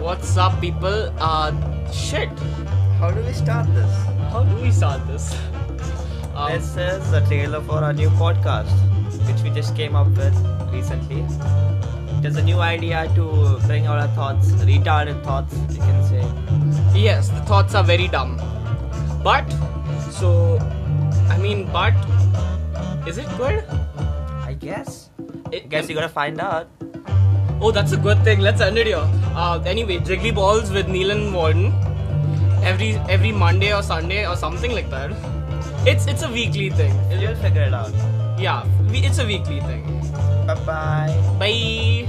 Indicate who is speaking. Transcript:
Speaker 1: What's up, people? Uh, shit.
Speaker 2: How do we start this?
Speaker 1: How do we start this? Um,
Speaker 2: this is the trailer for our new podcast, which we just came up with recently. It is a new idea to bring out our thoughts, retarded thoughts, you can say.
Speaker 1: yes, the thoughts are very dumb. But, so, I mean, but, is it good?
Speaker 2: I guess. I
Speaker 1: It,
Speaker 2: guess you're gonna find out.
Speaker 1: Oh, that's a good thing. Let's end it here. Uh, anyway, Jiggly Balls with Neelan Warden every every Monday or Sunday or something like that. It's it's a weekly thing.
Speaker 2: You'll figure it out.
Speaker 1: Yeah, we, it's a weekly thing.
Speaker 2: Bye bye.
Speaker 1: Bye.